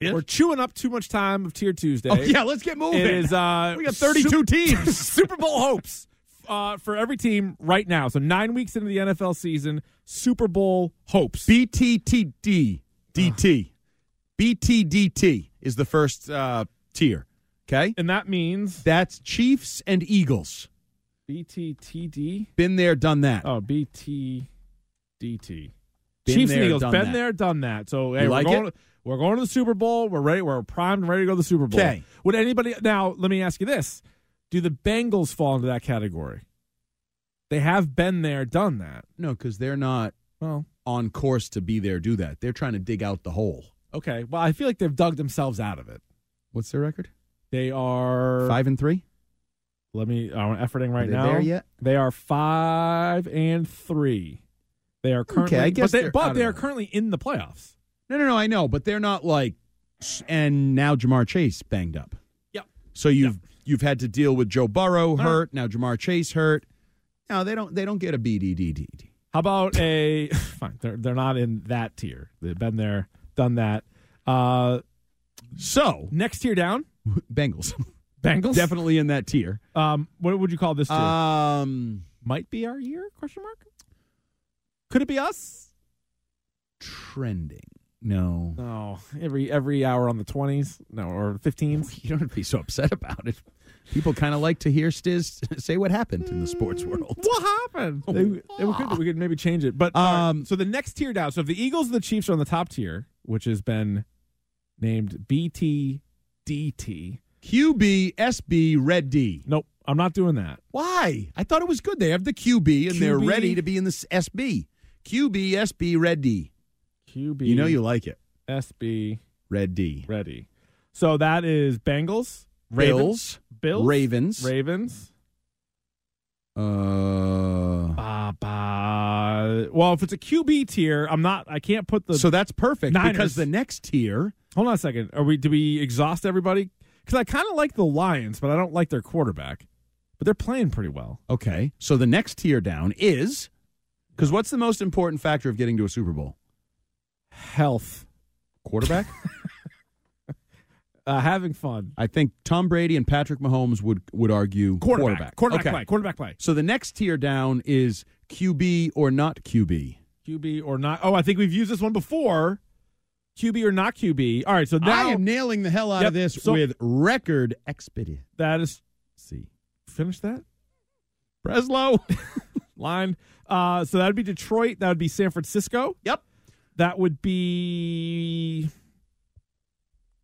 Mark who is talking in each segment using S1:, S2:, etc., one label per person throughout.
S1: Yes.
S2: We're chewing up too much time of Tier Tuesday.
S1: Oh, yeah, let's get moving.
S2: It is uh
S1: We got 32 teams.
S2: Super Bowl hopes uh, for every team right now. So 9 weeks into the NFL season, Super Bowl hopes.
S1: BTTD DT. BTDT is the first uh, tier. Okay?
S2: and that means
S1: That's Chiefs and Eagles.
S2: BTTD
S1: Been there, done that.
S2: Oh, BTDT.
S1: Been
S2: Chiefs and
S1: there,
S2: Eagles
S1: done
S2: been
S1: that.
S2: there, done that. So hey,
S1: like
S2: we're going
S1: it?
S2: we're going to the Super Bowl. We're ready. We're primed, and ready to go to the Super Bowl.
S1: 'Kay.
S2: Would anybody now? Let me ask you this: Do the Bengals fall into that category? They have been there, done that.
S1: No, because they're not
S2: Well,
S1: on course to be there, do that. They're trying to dig out the hole.
S2: okay. Well, I feel like they've dug themselves out of it.
S1: What's their record?
S2: They are.
S1: Five and three?
S2: Let me. I'm efforting right
S1: they
S2: now.
S1: there yet?
S2: They are five and three. They are currently.
S1: I
S2: but
S1: guess
S2: they,
S1: they're out
S2: but
S1: of
S2: they are
S1: it.
S2: currently in the playoffs.
S1: No, no, no, I know, but they're not like "Shh, and now Jamar Chase banged up.
S2: Yep.
S1: So you've you've had to deal with Joe Burrow
S2: right.
S1: hurt, now Jamar Chase hurt. No, they don't they don't get a BDDDD.
S2: How about a fine? They're they're not in that tier. They've been there, done that. Uh,
S1: So,
S2: next tier down,
S1: Bengals
S2: Bengals.
S1: definitely in that tier.
S2: Um, what would you call this tier?
S1: Um
S2: Might be our year? Question mark. Could it be us?
S1: trending. No.
S2: No. Every every hour on the twenties, no, or fifteens.
S1: You don't have to be so upset about it. People kind of like to hear Stiz say what happened in the sports world.
S2: What happened? They- they- we, could, we could maybe change it, but all
S1: Um,
S2: right, so the next tier down. So if the Eagles and the Chiefs are on the top tier, which has been named BTDT.
S1: QB, SB, Red D.
S2: Nope, I'm not doing that.
S1: Why? I thought it was good. They have the QB and they're
S2: QB.
S1: ready to be in the s- SB. QB, SB, Red D.
S2: QB.
S1: You know you like it.
S2: SB.
S1: Red D.
S2: ready. So that is Bengals, Ravens,
S1: Bills.
S2: Bills,
S1: Ravens.
S2: Ravens.
S1: Uh,
S2: Bah, bah. Well, if it's a QB tier, I'm not. I can't put the.
S1: so that's perfect
S2: Niners.
S1: because the next tier.
S2: hold on a second. Are we? Do we exhaust everybody? Because I kind of like the Lions, but I don't like their quarterback. But they're playing pretty well.
S1: Okay. So the next tier down is because what's the most important factor of getting to a Super Bowl?
S2: Health,
S1: Quarterback?
S2: uh, having fun.
S1: I think Tom Brady and Patrick Mahomes would would argue
S2: Quarterback, quarterback
S1: Okay.
S2: play, quarterback play.
S1: So the next tier down is QB or not QB.
S2: QB or not? Oh, I think we've used this one before. QB or not QB? All right, so now
S1: I am nailing the hell out
S2: Yep,
S1: of this
S2: so-
S1: with record expediency.
S2: that is finish that.
S1: Breslow.
S2: line. Uh, so that would be Detroit. That would be San Francisco.
S1: Yep.
S2: That would be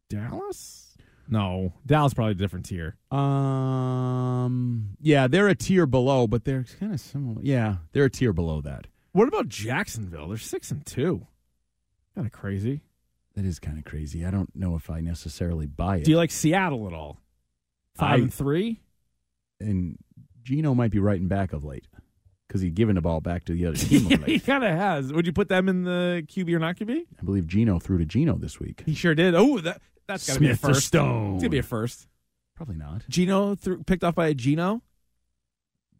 S2: Dallas. No, Dallas probably a different tier.
S1: Um. Yeah, they're a tier below, but they're kind of similar. Yeah, they're a tier below that.
S2: What about Jacksonville? They're six and two. Kind of crazy.
S1: That is kind of crazy. I don't know if I necessarily buy it.
S2: Do you like Seattle at all? Five
S1: I-
S2: and three.
S1: and Gino might be writing back of late because he's given the ball back to the other team. of
S2: he
S1: late.
S2: kind of has. Would you put them in the QB or not QB?
S1: I believe Gino threw to Gino this week.
S2: He sure did. Oh, that that's gotta be a
S1: Smith or
S2: first.
S1: Stone?
S2: It's gonna be a first.
S1: Probably not.
S2: Gino threw picked off by a Gino.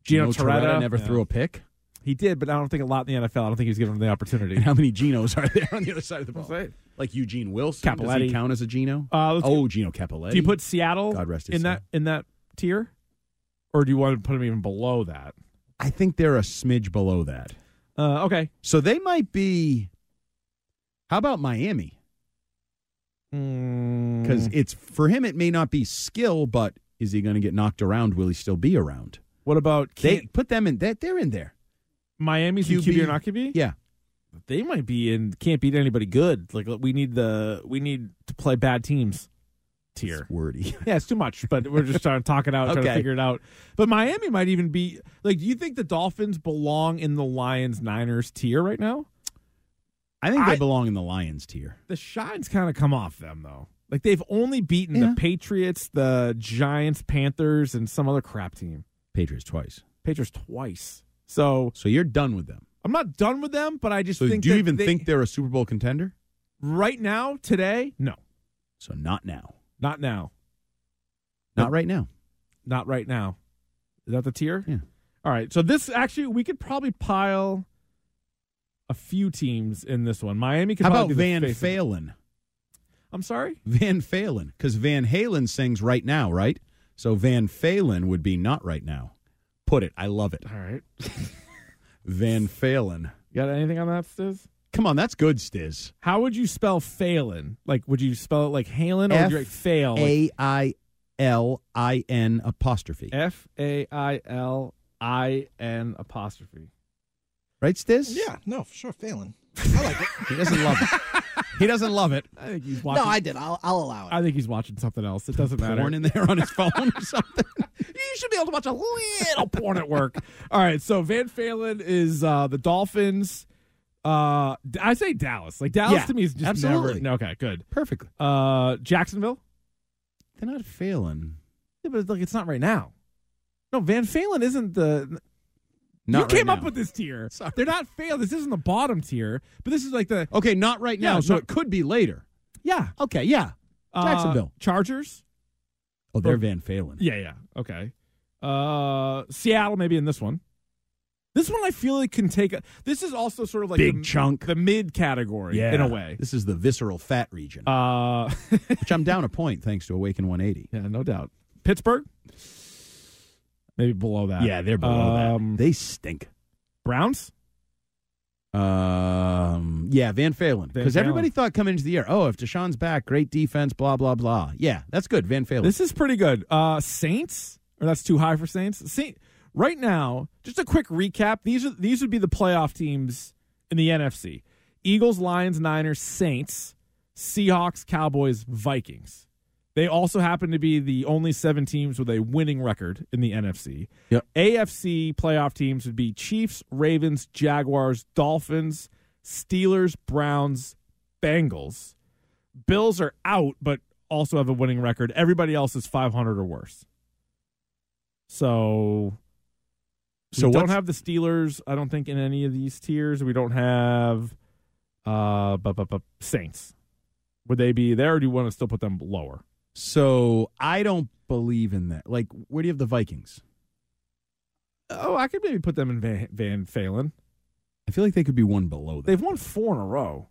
S2: Gino, Toretta.
S1: never
S2: Yeah.
S1: threw a pick.
S2: He did, but I don't think a lot in the NFL. I don't think he was given the opportunity.
S1: And how many Genos are there on the other side of the ball?
S2: Right.
S1: Like Eugene Wilson. Does
S2: Capoletti.
S1: he count as a Geno?
S2: Uh, let's
S1: oh, Geno Capoletti.
S2: do you put Seattle
S1: God rest his
S2: in that in that tier, or do you want to put them even below that?
S1: I think they're a smidge below that.
S2: Uh, okay,
S1: So they might be. How about Miami? Because
S2: because
S1: it's for him, it may not be skill, but is he going to get knocked around? Will he still be around?
S2: what about
S1: They
S2: Can-
S1: put them in. They're, they're in there.
S2: Miami's in
S1: QB?
S2: QB or not QB?
S1: Yeah.
S2: They might be in can't beat anybody good. Like we need the we need to play bad teams tier.
S1: It's wordy.
S2: Yeah, it's too much, but we're just trying to talk it out, trying to
S1: Okay.
S2: figure it out. But Miami might even be like. Do you think the Dolphins belong in the Lions Niners tier right now?
S1: I think they
S2: I-
S1: belong in the Lions tier.
S2: the shine's kind of come off them though. Like they've only beaten
S1: Yeah.
S2: the Patriots, the Giants, Panthers, and some other crap team.
S1: Patriots twice.
S2: Patriots twice. So
S1: So you're done with them.
S2: I'm not done with them, but I just
S1: So
S2: think.
S1: do you
S2: that
S1: even
S2: they-
S1: think they're a Super Bowl contender?
S2: right now, today? No,
S1: So not now.
S2: not now,
S1: Not right now.
S2: not right now. Is that the tier?
S1: Yeah.
S2: All right. So this actually, we could probably pile a few teams in this one. Miami could
S1: How
S2: probably
S1: about
S2: be the
S1: Van
S2: face of it.
S1: Phalen?
S2: I'm sorry?
S1: Van Phalen, because Van Halen sings right now, right? So Van Phalen would be not right now. Put it. I love it.
S2: All right.
S1: Van Phalen.
S2: You got anything on that, Stiz?
S1: Come on, that's good, Stiz.
S2: How would you spell Phelan? Like, would you spell it like Halen or would you like fail? Like
S1: A I L I N apostrophe.
S2: F A I L I N apostrophe.
S1: Right, Stiz?
S3: Yeah, no, for sure, Phelan. I like it.
S1: He doesn't love it. he doesn't love it.
S2: I think he's
S3: no,
S2: watching.
S3: I did. I'll, I'll allow it.
S2: I think he's watching something else. It doesn't matter.
S1: Born in there on his phone or something.
S2: you should be able to watch a little porn at work. All right, so Van Phalen is uh, the Dolphins. Uh, D- I say Dallas. Like Dallas
S1: Yeah,
S2: to me is just never.
S1: absolutely.
S2: No, okay, good.
S1: Perfectly.
S2: Uh, Jacksonville.
S1: They're not Phalen.
S2: Yeah, but like it's not right now. No, Van Phalen isn't the.
S1: Not
S2: you came
S1: right
S2: up
S1: now.
S2: with this tier.
S1: Sorry.
S2: They're not failed. This isn't the bottom tier, but this is like the
S1: Okay, not right
S2: Yeah,
S1: now. so
S2: not-
S1: it could be later.
S2: yeah
S1: Okay, yeah.
S2: Uh,
S1: Jacksonville.
S2: Chargers.
S1: Oh, they're Van Phalen.
S2: Yeah, yeah, okay. Uh, Seattle maybe in this one. This one I feel like can take. A, this is also sort of like
S1: Big
S2: the,
S1: chunk.
S2: the mid category in a way.
S1: This is the visceral fat region,
S2: Uh,
S1: which I'm down a point thanks to Awaken 180.
S2: yeah, no doubt. Pittsburgh, maybe below that. Um,
S1: They stink.
S2: Browns.
S1: Um, yeah, Van
S2: Van
S1: Phalen. Because
S2: Phalen.
S1: everybody thought coming into the year, oh, if Deshaun's back, great defense, blah, blah, blah. Yeah, that's good, Van Phalen.
S2: This is pretty good. Uh, Saints, or that's too high for Saints. Saint. Right now, just a quick recap. These are these would be the playoff teams in the NFC: Eagles, Lions, Niners, Saints, Seahawks, Cowboys, Vikings. They also happen to be the only seven teams with a winning record in the NFC.
S1: Yep.
S2: AFC playoff teams would be Chiefs, Ravens, Jaguars, Dolphins, Steelers, Browns, Bengals. Bills are out, but also have a winning record. Everybody else is 500 or worse. So,
S1: So
S2: we don't
S1: what's-
S2: have the Steelers. I don't think in any of these tiers. We don't have uh, bu- bu- bu- Saints. Would they be there, or do you want to still put them lower?
S1: so I don't believe in that. Like, where do you have the Vikings?
S2: Oh, I could maybe put them in Van, Van Phelan.
S1: I feel like they could be one below that.
S2: They've won four in a row,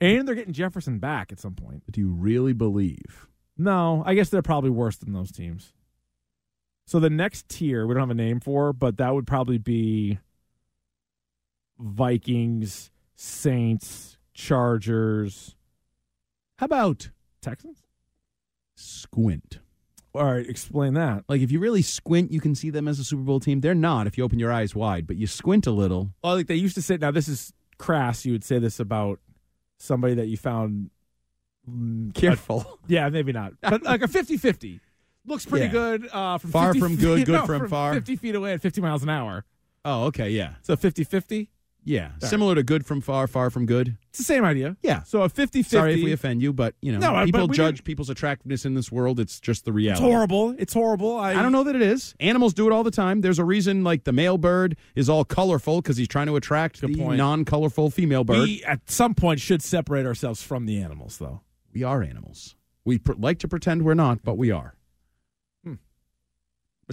S2: and they're getting Jefferson back at some point.
S1: But do you really believe?
S2: No, I guess they're probably worse than those teams. So the next tier, we don't have a name for, but that would probably be Vikings, Saints, Chargers,
S1: How about
S2: Texans?
S1: squint?
S2: All right, explain that.
S1: Like, if you really squint, you can see them as a Super Bowl team. They're not if you open your eyes wide, but you squint a little.
S2: Well, like they used to say, now this is crass. You would say this about somebody that you found. mm,
S1: Careful.
S2: Yeah, maybe not. But like a 50 50. Looks pretty
S1: Yeah.
S2: good. Uh, from
S1: Far
S2: 50
S1: from good,
S2: feet-
S1: good
S2: no,
S1: from far.
S2: 50 feet away at 50 miles an hour.
S1: Oh, okay, yeah.
S2: So 50 50.
S1: Yeah.
S2: Sorry.
S1: Similar to good from far, far from good.
S2: It's the same idea.
S1: Yeah.
S2: So a 50 50.
S1: Sorry if we offend you, but you know,
S2: No, I-
S1: people
S2: but we
S1: judge people's attractiveness in this world. It's just the
S2: It's
S1: reality.
S2: horrible. It's horrible. I,
S1: I don't know that it is. Animals do it all the time. There's a reason, like the male bird is all colorful because he's trying to attract
S2: Good
S1: the
S2: point.
S1: non-colorful female bird.
S2: We at some point should separate ourselves from the animals, though.
S1: We are animals. We pr- like to pretend we're not, but we are.
S2: Hmm.
S1: Deep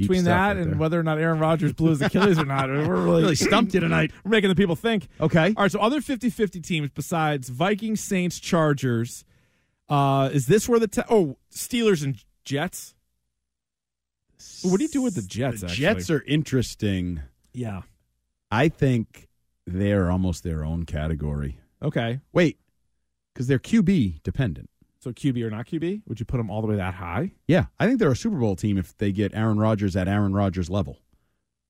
S2: Between
S1: stuff
S2: that
S1: right
S2: and
S1: there.
S2: whether or not Aaron Rodgers blew his Achilles or not, we're really,
S1: really stumped you tonight.
S2: we're making the people think.
S1: Okay.
S2: All right, so other 50 50 teams besides Vikings, Saints, Chargers, uh, is this where the. Te- oh, Steelers and Jets? What do you do with the Jets,
S1: The
S2: actually?
S1: Jets are interesting.
S2: Yeah.
S1: I think they're almost their own category.
S2: Okay.
S1: Wait, because they're QB dependent.
S2: So QB or not QB? Would you put them all the way that high?
S1: Yeah, I think they're a Super Bowl team if they get Aaron Rodgers at Aaron Rodgers level.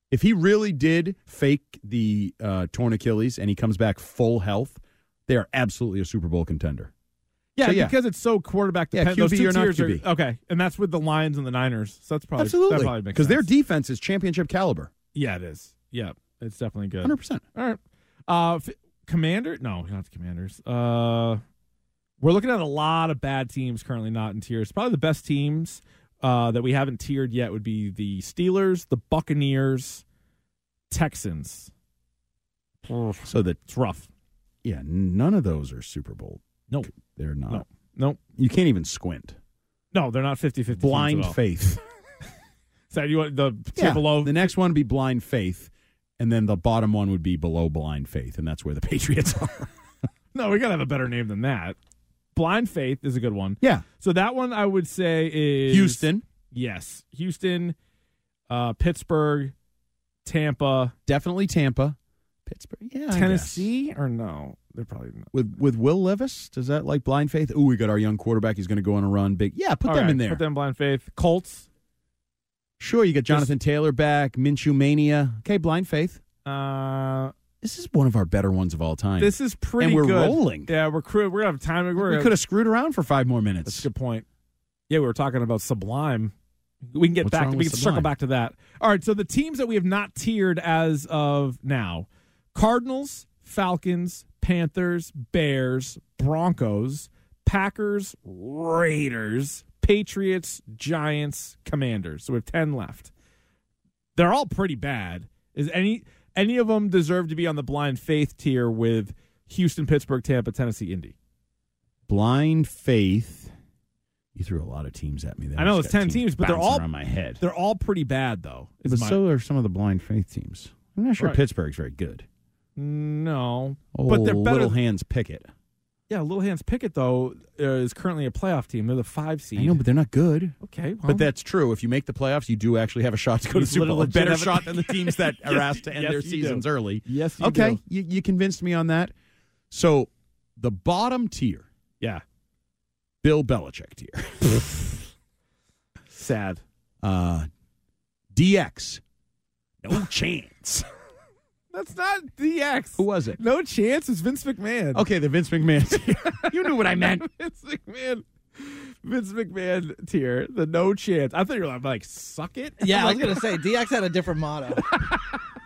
S1: If he really did fake the uh, torn Achilles and he comes back full health, they are absolutely a Super Bowl contender.
S2: Yeah,
S1: So, yeah.
S2: because it's so quarterback
S1: Yeah,
S2: dependent.
S1: QB
S2: Those
S1: or
S2: two
S1: not
S2: tiers
S1: QB.
S2: are okay, and that's with the Lions and the Niners. So that's probably that probably
S1: absolutely,
S2: makes
S1: because their
S2: sense.
S1: defense is championship caliber,
S2: Yeah, it is. Yeah, it's definitely good.
S1: hundred percent.
S2: All right. Uh, f- Commander? No, not the Commanders. Uh, we're looking at a lot of bad teams currently not in tiers. Probably the best teams uh, that we haven't tiered yet would be the Steelers, the Buccaneers, Texans. It's
S1: So that
S2: rough.
S1: yeah, none of those are Super Bowl.
S2: No.
S1: they're not.
S2: No. Nope.
S1: You can't even squint.
S2: No, they're not 50 50.
S1: Blind faith.
S2: So you want the tier
S1: Yeah.
S2: below?
S1: The next one would be blind faith, and then the bottom one would be below blind faith, and that's where the Patriots are.
S2: No, we got to have a better name than that. Blind Faith is a good one.
S1: Yeah.
S2: So that one I would say is
S1: Houston,
S2: Yes, Houston, uh, Pittsburgh, Tampa,
S1: definitely Tampa, Pittsburgh, yeah, I guess.
S2: Tennessee, or no? They're probably not.
S1: With with Will Levis, does that like blind faith? Ooh, we got our young quarterback. He's going to go on a run. Big, yeah. Put
S2: All
S1: them
S2: right,
S1: in there.
S2: Put them Blind Faith, Colts.
S1: Sure, you got Jonathan Taylor back, Minshew Mania. Okay, blind faith.
S2: Uh,
S1: This is one of our better ones of all time.
S2: this is pretty.
S1: and we're
S2: good.
S1: rolling.
S2: Yeah, we're crew. We're gonna have time. We're
S1: we
S2: gonna-
S1: could have screwed around for five more
S2: That's a
S1: minutes.
S2: good point. Yeah, we were talking about Sublime. We can get
S1: What's
S2: back.
S1: wrong
S2: We
S1: with
S2: can circle
S1: Sublime?
S2: back to that. All right. So the teams that we have not tiered as of now: Cardinals, Falcons, Panthers, Bears, Broncos, Packers, Raiders, Patriots, Giants, Commanders. So we have ten left. They're all pretty bad. Is any any of them deserve to be on the blind faith tier with Houston, Pittsburgh, Tampa, Tennessee, Indy?
S1: Blind faith. You threw a lot of teams at me there.
S2: I know,
S1: Just
S2: it's
S1: got
S2: 10 teams, but they're
S1: bouncing
S2: all-
S1: around my head.
S2: They're all pretty bad though. is
S1: But
S2: my-
S1: so are some of the blind faith teams. I'm not sure
S2: Right.
S1: Pittsburgh's very good.
S2: No,
S1: Oh,
S2: but they're better.
S1: little hands Pickett.
S2: yeah, Little Hands Pickett though uh, is currently a playoff team. They're the five seed.
S1: I know, but they're not good.
S2: okay, well,
S1: But that's true. If you make the playoffs, you do actually have a shot to go
S2: Uh-huh. You
S1: to Super Bowl.
S2: literally
S1: A better
S2: have a-
S1: shot than the teams that are
S2: Yes,
S1: asked to end
S2: yes,
S1: their
S2: you do.
S1: seasons early.
S2: yes, you
S1: okay,
S2: do.
S1: You, you convinced me on that. So the bottom tier,
S2: yeah,
S1: Bill Belichick tier,
S2: sad.
S1: uh, DX, no chance.
S2: That's not DX.
S1: Who was it?
S2: No chance. It's Vince McMahon.
S1: Okay, the Vince McMahon. tier. Oh, you knew what I meant.
S2: Vince McMahon. Vince McMahon tier. The no chance. I thought you were like, like, suck it.
S3: Yeah, I was gonna say DX had a different motto.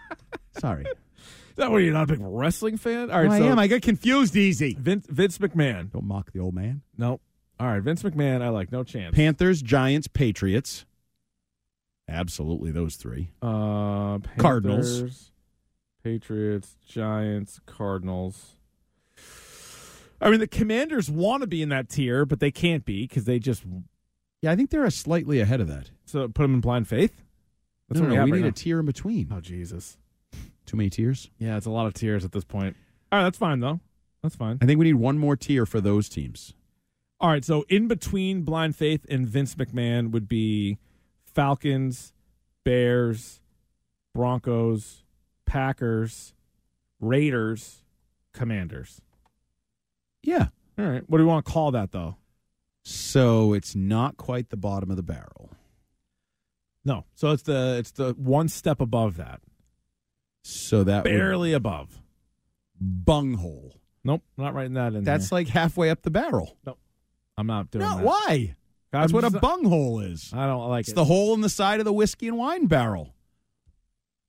S1: Sorry,
S2: Is that what you're not a big wrestling fan? All right,
S1: Oh, I
S2: so
S1: am. I got confused easy.
S2: Vince Vince McMahon.
S1: Don't mock the old man.
S2: Nope. All right, Vince McMahon. I like no chance.
S1: Panthers, Giants, Patriots. Absolutely, those three.
S2: Uh,
S1: Cardinals.
S2: Panthers, Patriots, Giants, Cardinals. I mean, the Commanders want to be in that tier, but they can't be because they just
S1: Yeah, I think they're a slightly ahead of that.
S2: so put them in blind faith. That's what
S1: no, no,
S2: we have
S1: we
S2: right
S1: need
S2: now.
S1: a tier in between.
S2: oh Jesus!
S1: Too many tiers.
S2: Yeah, it's a lot of tiers at this point. All right, that's fine though. That's fine.
S1: I think we need one more tier for those teams.
S2: All right, so in between blind faith and Vince McMahon would be Falcons, Bears, Broncos, Packers, Raiders, Commanders.
S1: Yeah.
S2: All right. What do we want to call that though?
S1: So it's not quite the bottom of the barrel.
S2: No. So it's the it's the one step above that.
S1: So that would-
S2: Barely above.
S1: bunghole.
S2: Nope. I'm not writing that in
S1: That's
S2: there.
S1: like halfway up the barrel.
S2: I'm not doing
S1: No,
S2: that.
S1: why?
S2: I'm
S1: That's what a
S2: just-
S1: bunghole is.
S2: I don't like
S1: It's
S2: it.
S1: the hole in the side of the whiskey and wine barrel.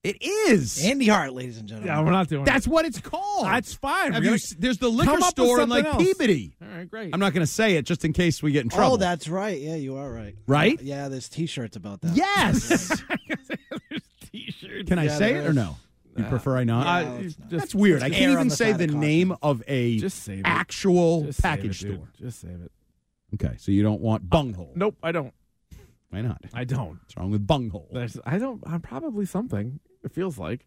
S1: It is.
S3: Andy Hart, ladies and
S2: yeah,
S3: gentlemen.
S2: we're not doing
S1: That's what it's called.
S2: That. That's fine.
S1: Have
S2: We're
S1: you
S2: gonna-
S1: s- there's the liquor
S2: come up with
S1: store in like
S2: something else.
S1: Peabody.
S2: All right, great.
S1: I'm not going to say it just in case we get in trouble.
S3: oh, that's right. Yeah, you are right.
S1: Right?
S3: Yeah, there's T-shirts about that.
S1: Yes.
S2: There's t-shirts.
S1: Can I
S3: Yeah,
S1: say
S3: there
S1: it or
S3: is.
S1: no? You prefer I not?
S3: Yeah.
S2: I-
S3: No, it's
S2: just,
S3: not.
S1: that's weird. I
S3: Err
S1: can't
S3: on
S1: even
S3: the
S1: say
S3: side
S1: the
S3: of caution.
S1: name of a
S2: Just save it.
S1: actual
S2: Just save
S1: package
S2: it, dude.
S1: store.
S2: Just save it.
S1: Okay, so you don't want bunghole.
S2: Nope. I don't.
S1: Why not?
S2: I don't.
S1: What's wrong with bunghole?
S2: There's, I don't. I'm probably something. It feels like.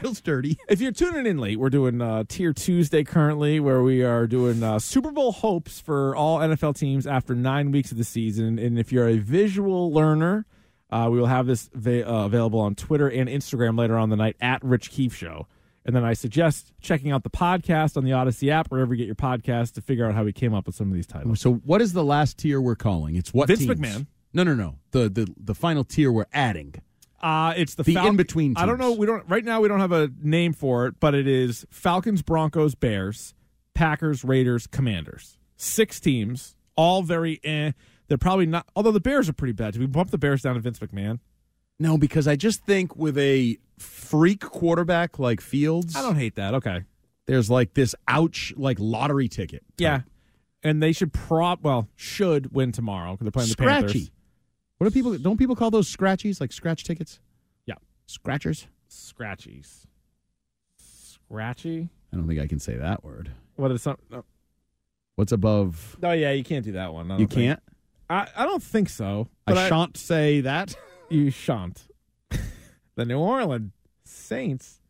S1: Feels dirty.
S2: If you're tuning in late, we're doing uh, Tier Tuesday currently, where we are doing uh, Super Bowl hopes for all NFL teams after nine weeks of the season. And if you're a visual learner, uh, we will have this va- uh, available on Twitter and Instagram later on the night at Rich Keefe Show. And then I suggest checking out the podcast on the Odyssey app, wherever you get your podcast, to figure out how we came up with some of these titles.
S1: So what is the last tier we're calling? It's what
S2: Vince
S1: teams?
S2: McMahon.
S1: No, no, no. The the the final tier we're adding.
S2: Uh, it's the,
S1: The
S2: Fal-
S1: in-between
S2: I don't know.
S1: teams.
S2: We don't right now. We don't have a name for it, but it is Falcons, Broncos, Bears, Packers, Raiders, Commanders. Six teams, all very. Eh. They're probably not. Although the Bears are pretty bad. Did we bump the Bears down to Vince McMahon?
S1: No, because I just think with a freak quarterback like Fields,
S2: I don't hate that. Okay.
S1: there's like this ouch like lottery ticket. type.
S2: Yeah. And they should prop. Well, should win tomorrow. 'cause They're playing the Panthers.
S1: Scratchy. What do people don't people call those scratchies like scratch tickets?
S2: Yeah.
S1: Scratchers?
S2: Scratchies. Scratchy.
S1: I don't think I can say that word.
S2: What is some? No.
S1: What's above
S2: Oh yeah, you can't do that one. I
S1: You
S2: don't think.
S1: can't?
S2: I, I don't think so. but
S1: I shan't say that.
S2: you shan't. the New Orleans Saints.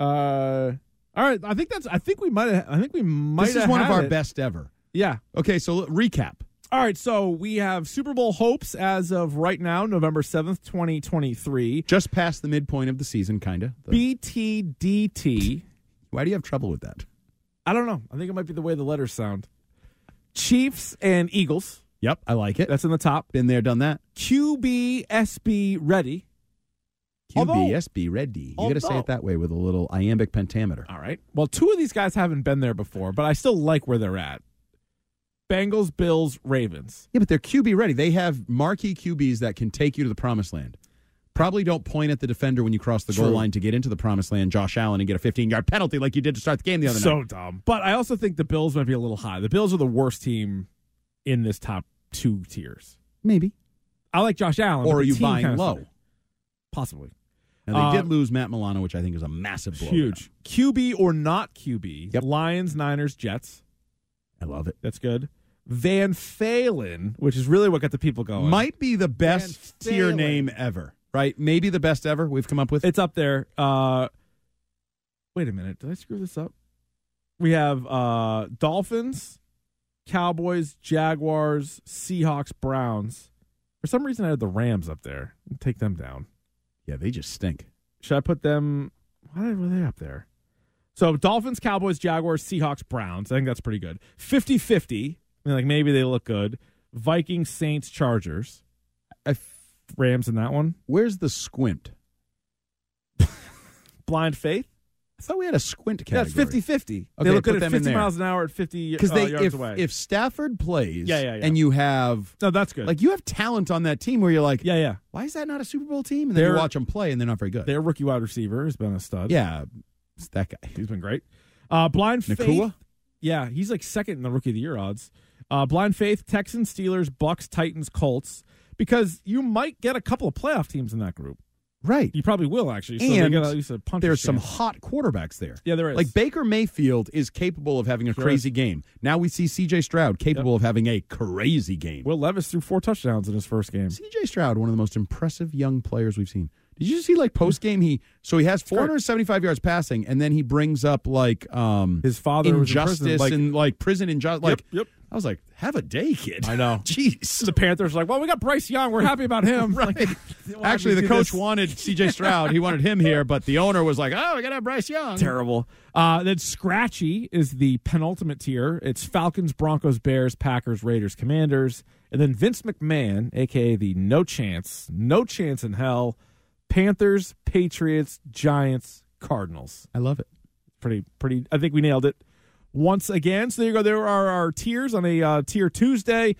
S2: Uh, all right. I think that's. I think we might. have I think we might.
S1: This is
S2: have
S1: one of
S2: had
S1: our
S2: it.
S1: best ever.
S2: Yeah.
S1: Okay, so l- recap.
S2: All right, so we have Super Bowl hopes as of right now, November 7th, 2023.
S1: Just past the midpoint of the season, kind of.
S2: BTDT.
S1: Why do you have trouble with that?
S2: I don't know. I think it might be the way the letters sound. Chiefs and Eagles.
S1: Yep, I like it.
S2: That's in the top.
S1: Been there, done that.
S2: QBSB ready. Although-
S1: QBSB ready. You got to say
S2: although- Ah.
S1: it that way with a little iambic pentameter.
S2: All right. Well, two of these guys haven't been there before, but I still like where they're at. Bengals, Bills, Ravens.
S1: Yeah, but they're QB ready. They have marquee QBs that can take you to the promised land. Probably don't point at the defender when you cross the goal
S2: True.
S1: line to get into the promised land, Josh Allen, and get a 15 yard penalty like you did to start the game the other night.
S2: So dumb. But I also think the Bills might be a little high. The Bills are the worst team in this top two tiers.
S1: Maybe.
S2: I like Josh Allen.
S1: Or
S2: but
S1: are
S2: the
S1: you
S2: team
S1: buying
S2: kinda
S1: low?
S2: sucks. Possibly.
S1: Now, they
S2: Uh,
S1: did lose Matt Milano, which I think is a massive blow. to
S2: Huge. QB or not QB.
S1: Yep.
S2: Lions, Niners, Jets.
S1: them. I love it.
S2: That's good. Van Phalen, which is really what got the people going.
S1: Might be the best
S3: Van
S1: tier
S3: Phalen.
S1: name ever, right? Maybe the best ever we've come up with.
S2: It's up there. Uh, wait a minute. Did I screw this up? We have uh, Dolphins, Cowboys, Jaguars, Seahawks, Browns. For some reason, I had the Rams up there. Take them down.
S1: yeah, they just stink.
S2: Should I put them? Why were they up there? So Dolphins, Cowboys, Jaguars, Seahawks, Browns. I think that's pretty good. 50 50. I mean, like maybe they look good. Vikings, Saints, Chargers.
S1: I f-
S2: Rams in that one.
S1: Where's the squint?
S2: Blind Faith.
S1: I thought we had a squint
S2: That's
S1: category.
S2: 50 50.
S1: Okay,
S2: they look
S1: put
S2: good at
S1: them in
S2: 50
S1: there.
S2: miles an hour at 50
S1: Because
S2: uh,
S1: they,
S2: yards
S1: if,
S2: away.
S1: if Stafford plays
S2: Yeah, yeah, yeah.
S1: and you have,
S2: no, that's good.
S1: like, you have talent on that team where you're like,
S2: yeah, yeah.
S1: why is that not a Super Bowl team? And then you
S2: They're-
S1: watch them play and they're not very good.
S2: Their rookie wide receiver has been a stud.
S1: Yeah, it's that guy.
S2: He's been great. Uh, Blind Faith.
S1: Nakua?
S2: Yeah, he's like second in the rookie of the year odds. Uh, Blind Faith, Texans, Steelers, Bucks, Titans, Colts. Because you might get a couple of playoff teams in that group.
S1: Right.
S2: You probably will actually. So they
S1: And
S2: got at least a punch.
S1: There's some hot quarterbacks there.
S2: Yeah, there is.
S1: Like Baker Mayfield is capable of having a
S2: Sure.
S1: crazy game. Now we see CJ Stroud capable of having a crazy game.
S2: Will Levis threw four touchdowns in his first game.
S1: CJ Stroud, one of the most impressive young players we've seen. Did you see like post game he so he has 475 yards passing and then he brings up like um
S2: His father was
S1: injustice
S2: in prison. Like,
S1: and like prison injustice like
S2: yep.
S1: I was like have a day kid.
S2: I know.
S1: Jeez.
S2: The Panthers are like, well, we got Bryce Young. We're happy about him.
S1: Right.
S2: why'd
S1: Actually,
S2: we
S1: the
S2: do
S1: coach
S2: this?
S1: wanted CJ Stroud. He wanted him here, but the owner was like, "Oh, we got to have Bryce Young."
S2: terrible. Uh, then Scratchy is the penultimate tier. It's Falcons, Broncos, Bears, Packers, Raiders, Commanders, and then Vince McMahon, aka the No Chance, No Chance in Hell, Panthers, Patriots, Giants, Cardinals.
S1: I love it.
S2: Pretty, pretty. I think we nailed it once again. So there you go. There are our tiers on a uh, tier Tuesday.